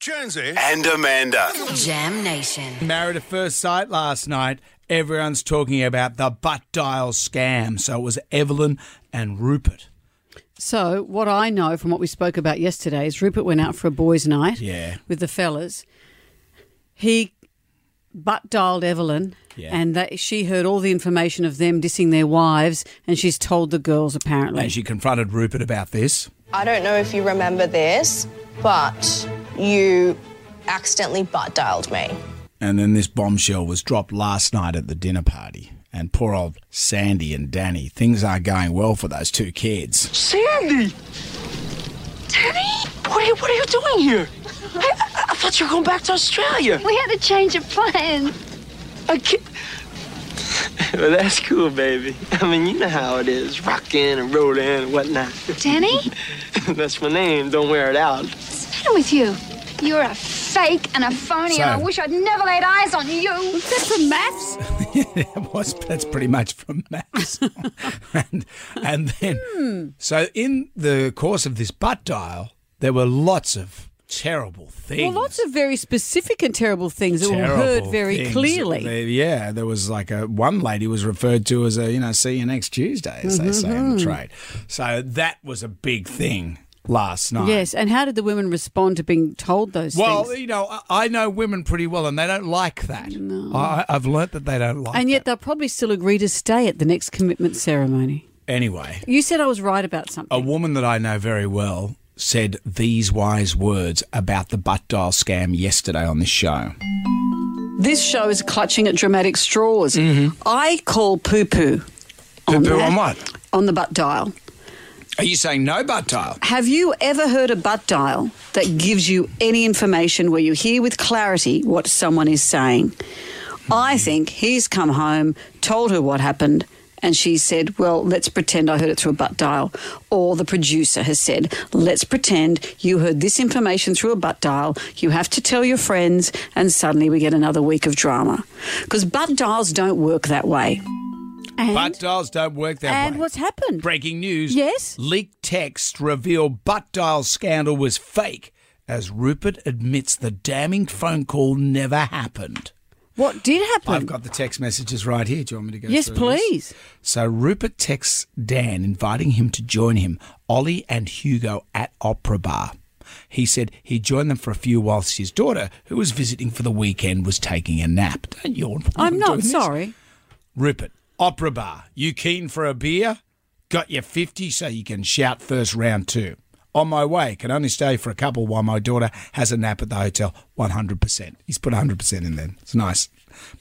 Jonesy. and Amanda. Jam Nation. Married at first sight last night. Everyone's talking about the butt dial scam. So it was Evelyn and Rupert. So, what I know from what we spoke about yesterday is Rupert went out for a boys' night Yeah. with the fellas. He butt dialed Evelyn, Yeah. and that she heard all the information of them dissing their wives, and she's told the girls apparently. And she confronted Rupert about this. I don't know if you remember this, but you accidentally butt dialed me. And then this bombshell was dropped last night at the dinner party. And poor old Sandy and Danny, things aren't going well for those two kids. Sandy! Danny? What are you, what are you doing here? I, I, I thought you were going back to Australia. We had a change of plans. I can't... Well, that's cool, baby. I mean, you know how it is. Rockin' and rollin' and whatnot. Danny, that's my name. Don't wear it out. what's the matter with you? You're a fake and a phony, and I So- wish I'd never laid eyes on you. That's from maths. That was, that's pretty much from maths. and, and then, so in the course of this butt dial, there were lots of terrible Well, things. lots of very specific and terrible things that were terrible heard very things. clearly. They- yeah, there was like a one lady was referred to as a you know see you next Tuesday, as they say in the Mm-hmm. trade. So that was a big thing last night. Yes, and how did the women respond to being told those Well, things? you know, I- I know women pretty well, and they don't like that. I, I've learnt that they don't like. And that. yet they'll probably still agree to stay at the next commitment ceremony. anyway, You said I was right about something. a woman that I know very well said these wise words about the butt dial scam yesterday on this show. This show is clutching at dramatic straws. I call poo poo Poo On poo that. Mm-hmm. on what? on the butt dial. Are you saying no butt dial? Have you ever heard a butt dial that gives you any information where you hear with clarity what someone is saying? Hmm. I think he's come home, told her what happened, and she said, Well, let's pretend I heard it through a butt dial. Or the producer has said, Let's pretend you heard this information through a butt dial. You have to tell your friends, and suddenly we get another week of drama. Because butt dials don't work that way. And, butt dials don't work that way. and what's happened? Breaking news. Yes? Leaked text reveal butt dial scandal was fake as Rupert admits the damning phone call never happened. What did happen? I've got the text messages right here. Do you want me to go yes, through this? please. So Rupert texts Dan inviting him to join him, Ollie and Hugo at Opera Bar. He said he joined them for a few whilst his daughter, who was visiting for the weekend, was taking a nap. Don't yawn. I'm doing not this. sorry. Rupert, Opera Bar, you keen for a beer? Got your 50 so you can shout first round two. On my way, can only stay for a couple while my daughter has a nap at the hotel. 100%. He's put 100% in there. It's nice.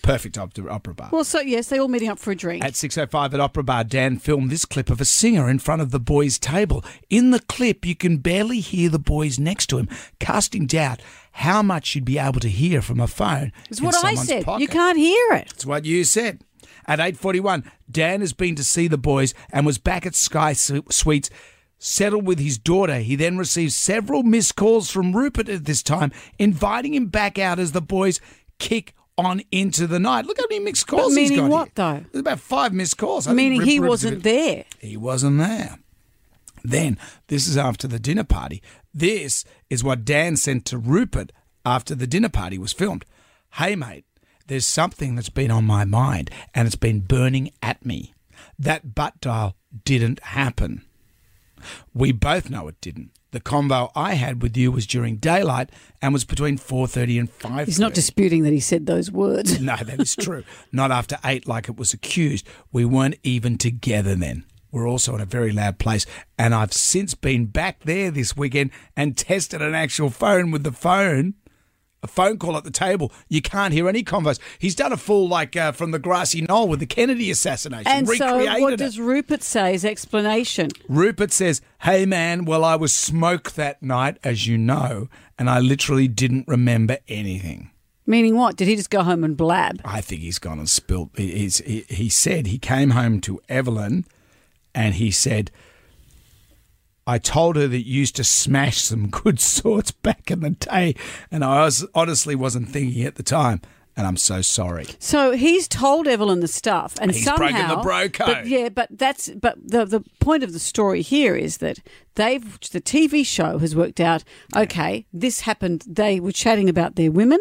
Perfect op- Opera Bar. Well, so yes, they're all meeting up for a drink. At 6.05 at Opera Bar, Dan filmed this clip of a singer in front of the boys' table. In the clip, you can barely hear the boys next to him, casting doubt how much you'd be able to hear from a phone. It's in what I someone's said. You pocket. can't hear it. It's what you said. At 8.41, Dan has been to see the boys and was back at Sky Su- Suites, settled with his daughter. He then received several missed calls from Rupert at this time, inviting him back out as the boys kick on into the night. Look how many missed calls he's meaning got what, here. though? There's about five missed calls. I think Meaning he Rupert- wasn't there. He wasn't there. Then, this is after the dinner party. This is what Dan sent to Rupert after the dinner party was filmed. Hey, mate, there's something that's been on my mind and it's been burning at me. That butt dial didn't happen. We both know it didn't. The convo I had with you was during daylight and was between 4.30 and 5.30. He's not disputing that he said those words. No, that is true. Not after eight, like it was accused. We weren't even together then. We're also in a very loud place, and I've since been back there this weekend and tested an actual phone with the phone. A phone call at the table. You can't hear any converse. He's done a full like uh, from the grassy knoll with the Kennedy assassination. And recreated so, what it. does Rupert say as explanation? Rupert says, Hey man, well, I was smoke that night, as you know, and I literally didn't remember anything. Meaning what? Did he just go home and blab? I think he's gone and spilt. he- He's, he, he said he came home to Evelyn and he said, I told her that you used to smash some good sorts back in the day, and I was, honestly wasn't thinking at the time. and I'm so sorry. So he's told Evelyn the stuff, and He's somehow broken the bro code. But yeah, but that's but the the point of the story here is that they've the TV show has worked out. Okay, this happened. They were chatting about their women.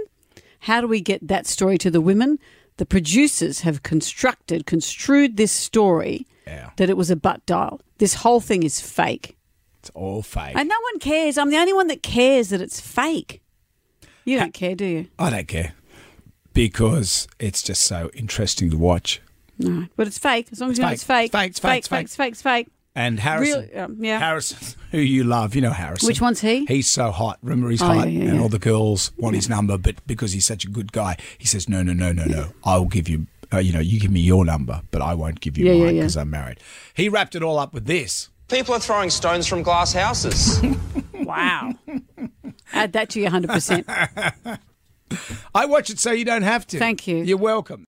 How do we get that story to the women? The producers have constructed, construed this story Yeah. that it was a butt dial. This whole thing is fake, It's all fake. and no one cares. I'm the only one that cares that it's fake. You don't care, do you? I don't care because it's just so interesting to watch. No, but it's fake. As long as you know fake. it's fake, Fake, it's fake, fake, fake, it's it's fake, it's fake. And Harrison, Real- um, yeah. Harrison, who you love, you know Harrison. Which one's he? He's so hot. Remember, he's Oh, hot, yeah, yeah, and yeah. all the girls want his number, but because he's such a good guy, he says, "No, no, no, no, no. I'll give you, uh, you know, you give me your number, but I won't give you Yeah, mine yeah, yeah. because I'm married." He wrapped it all up with this. People are throwing stones from glass houses. Wow. Add that to your 100%. I watch it so you don't have to. Thank you. You're welcome.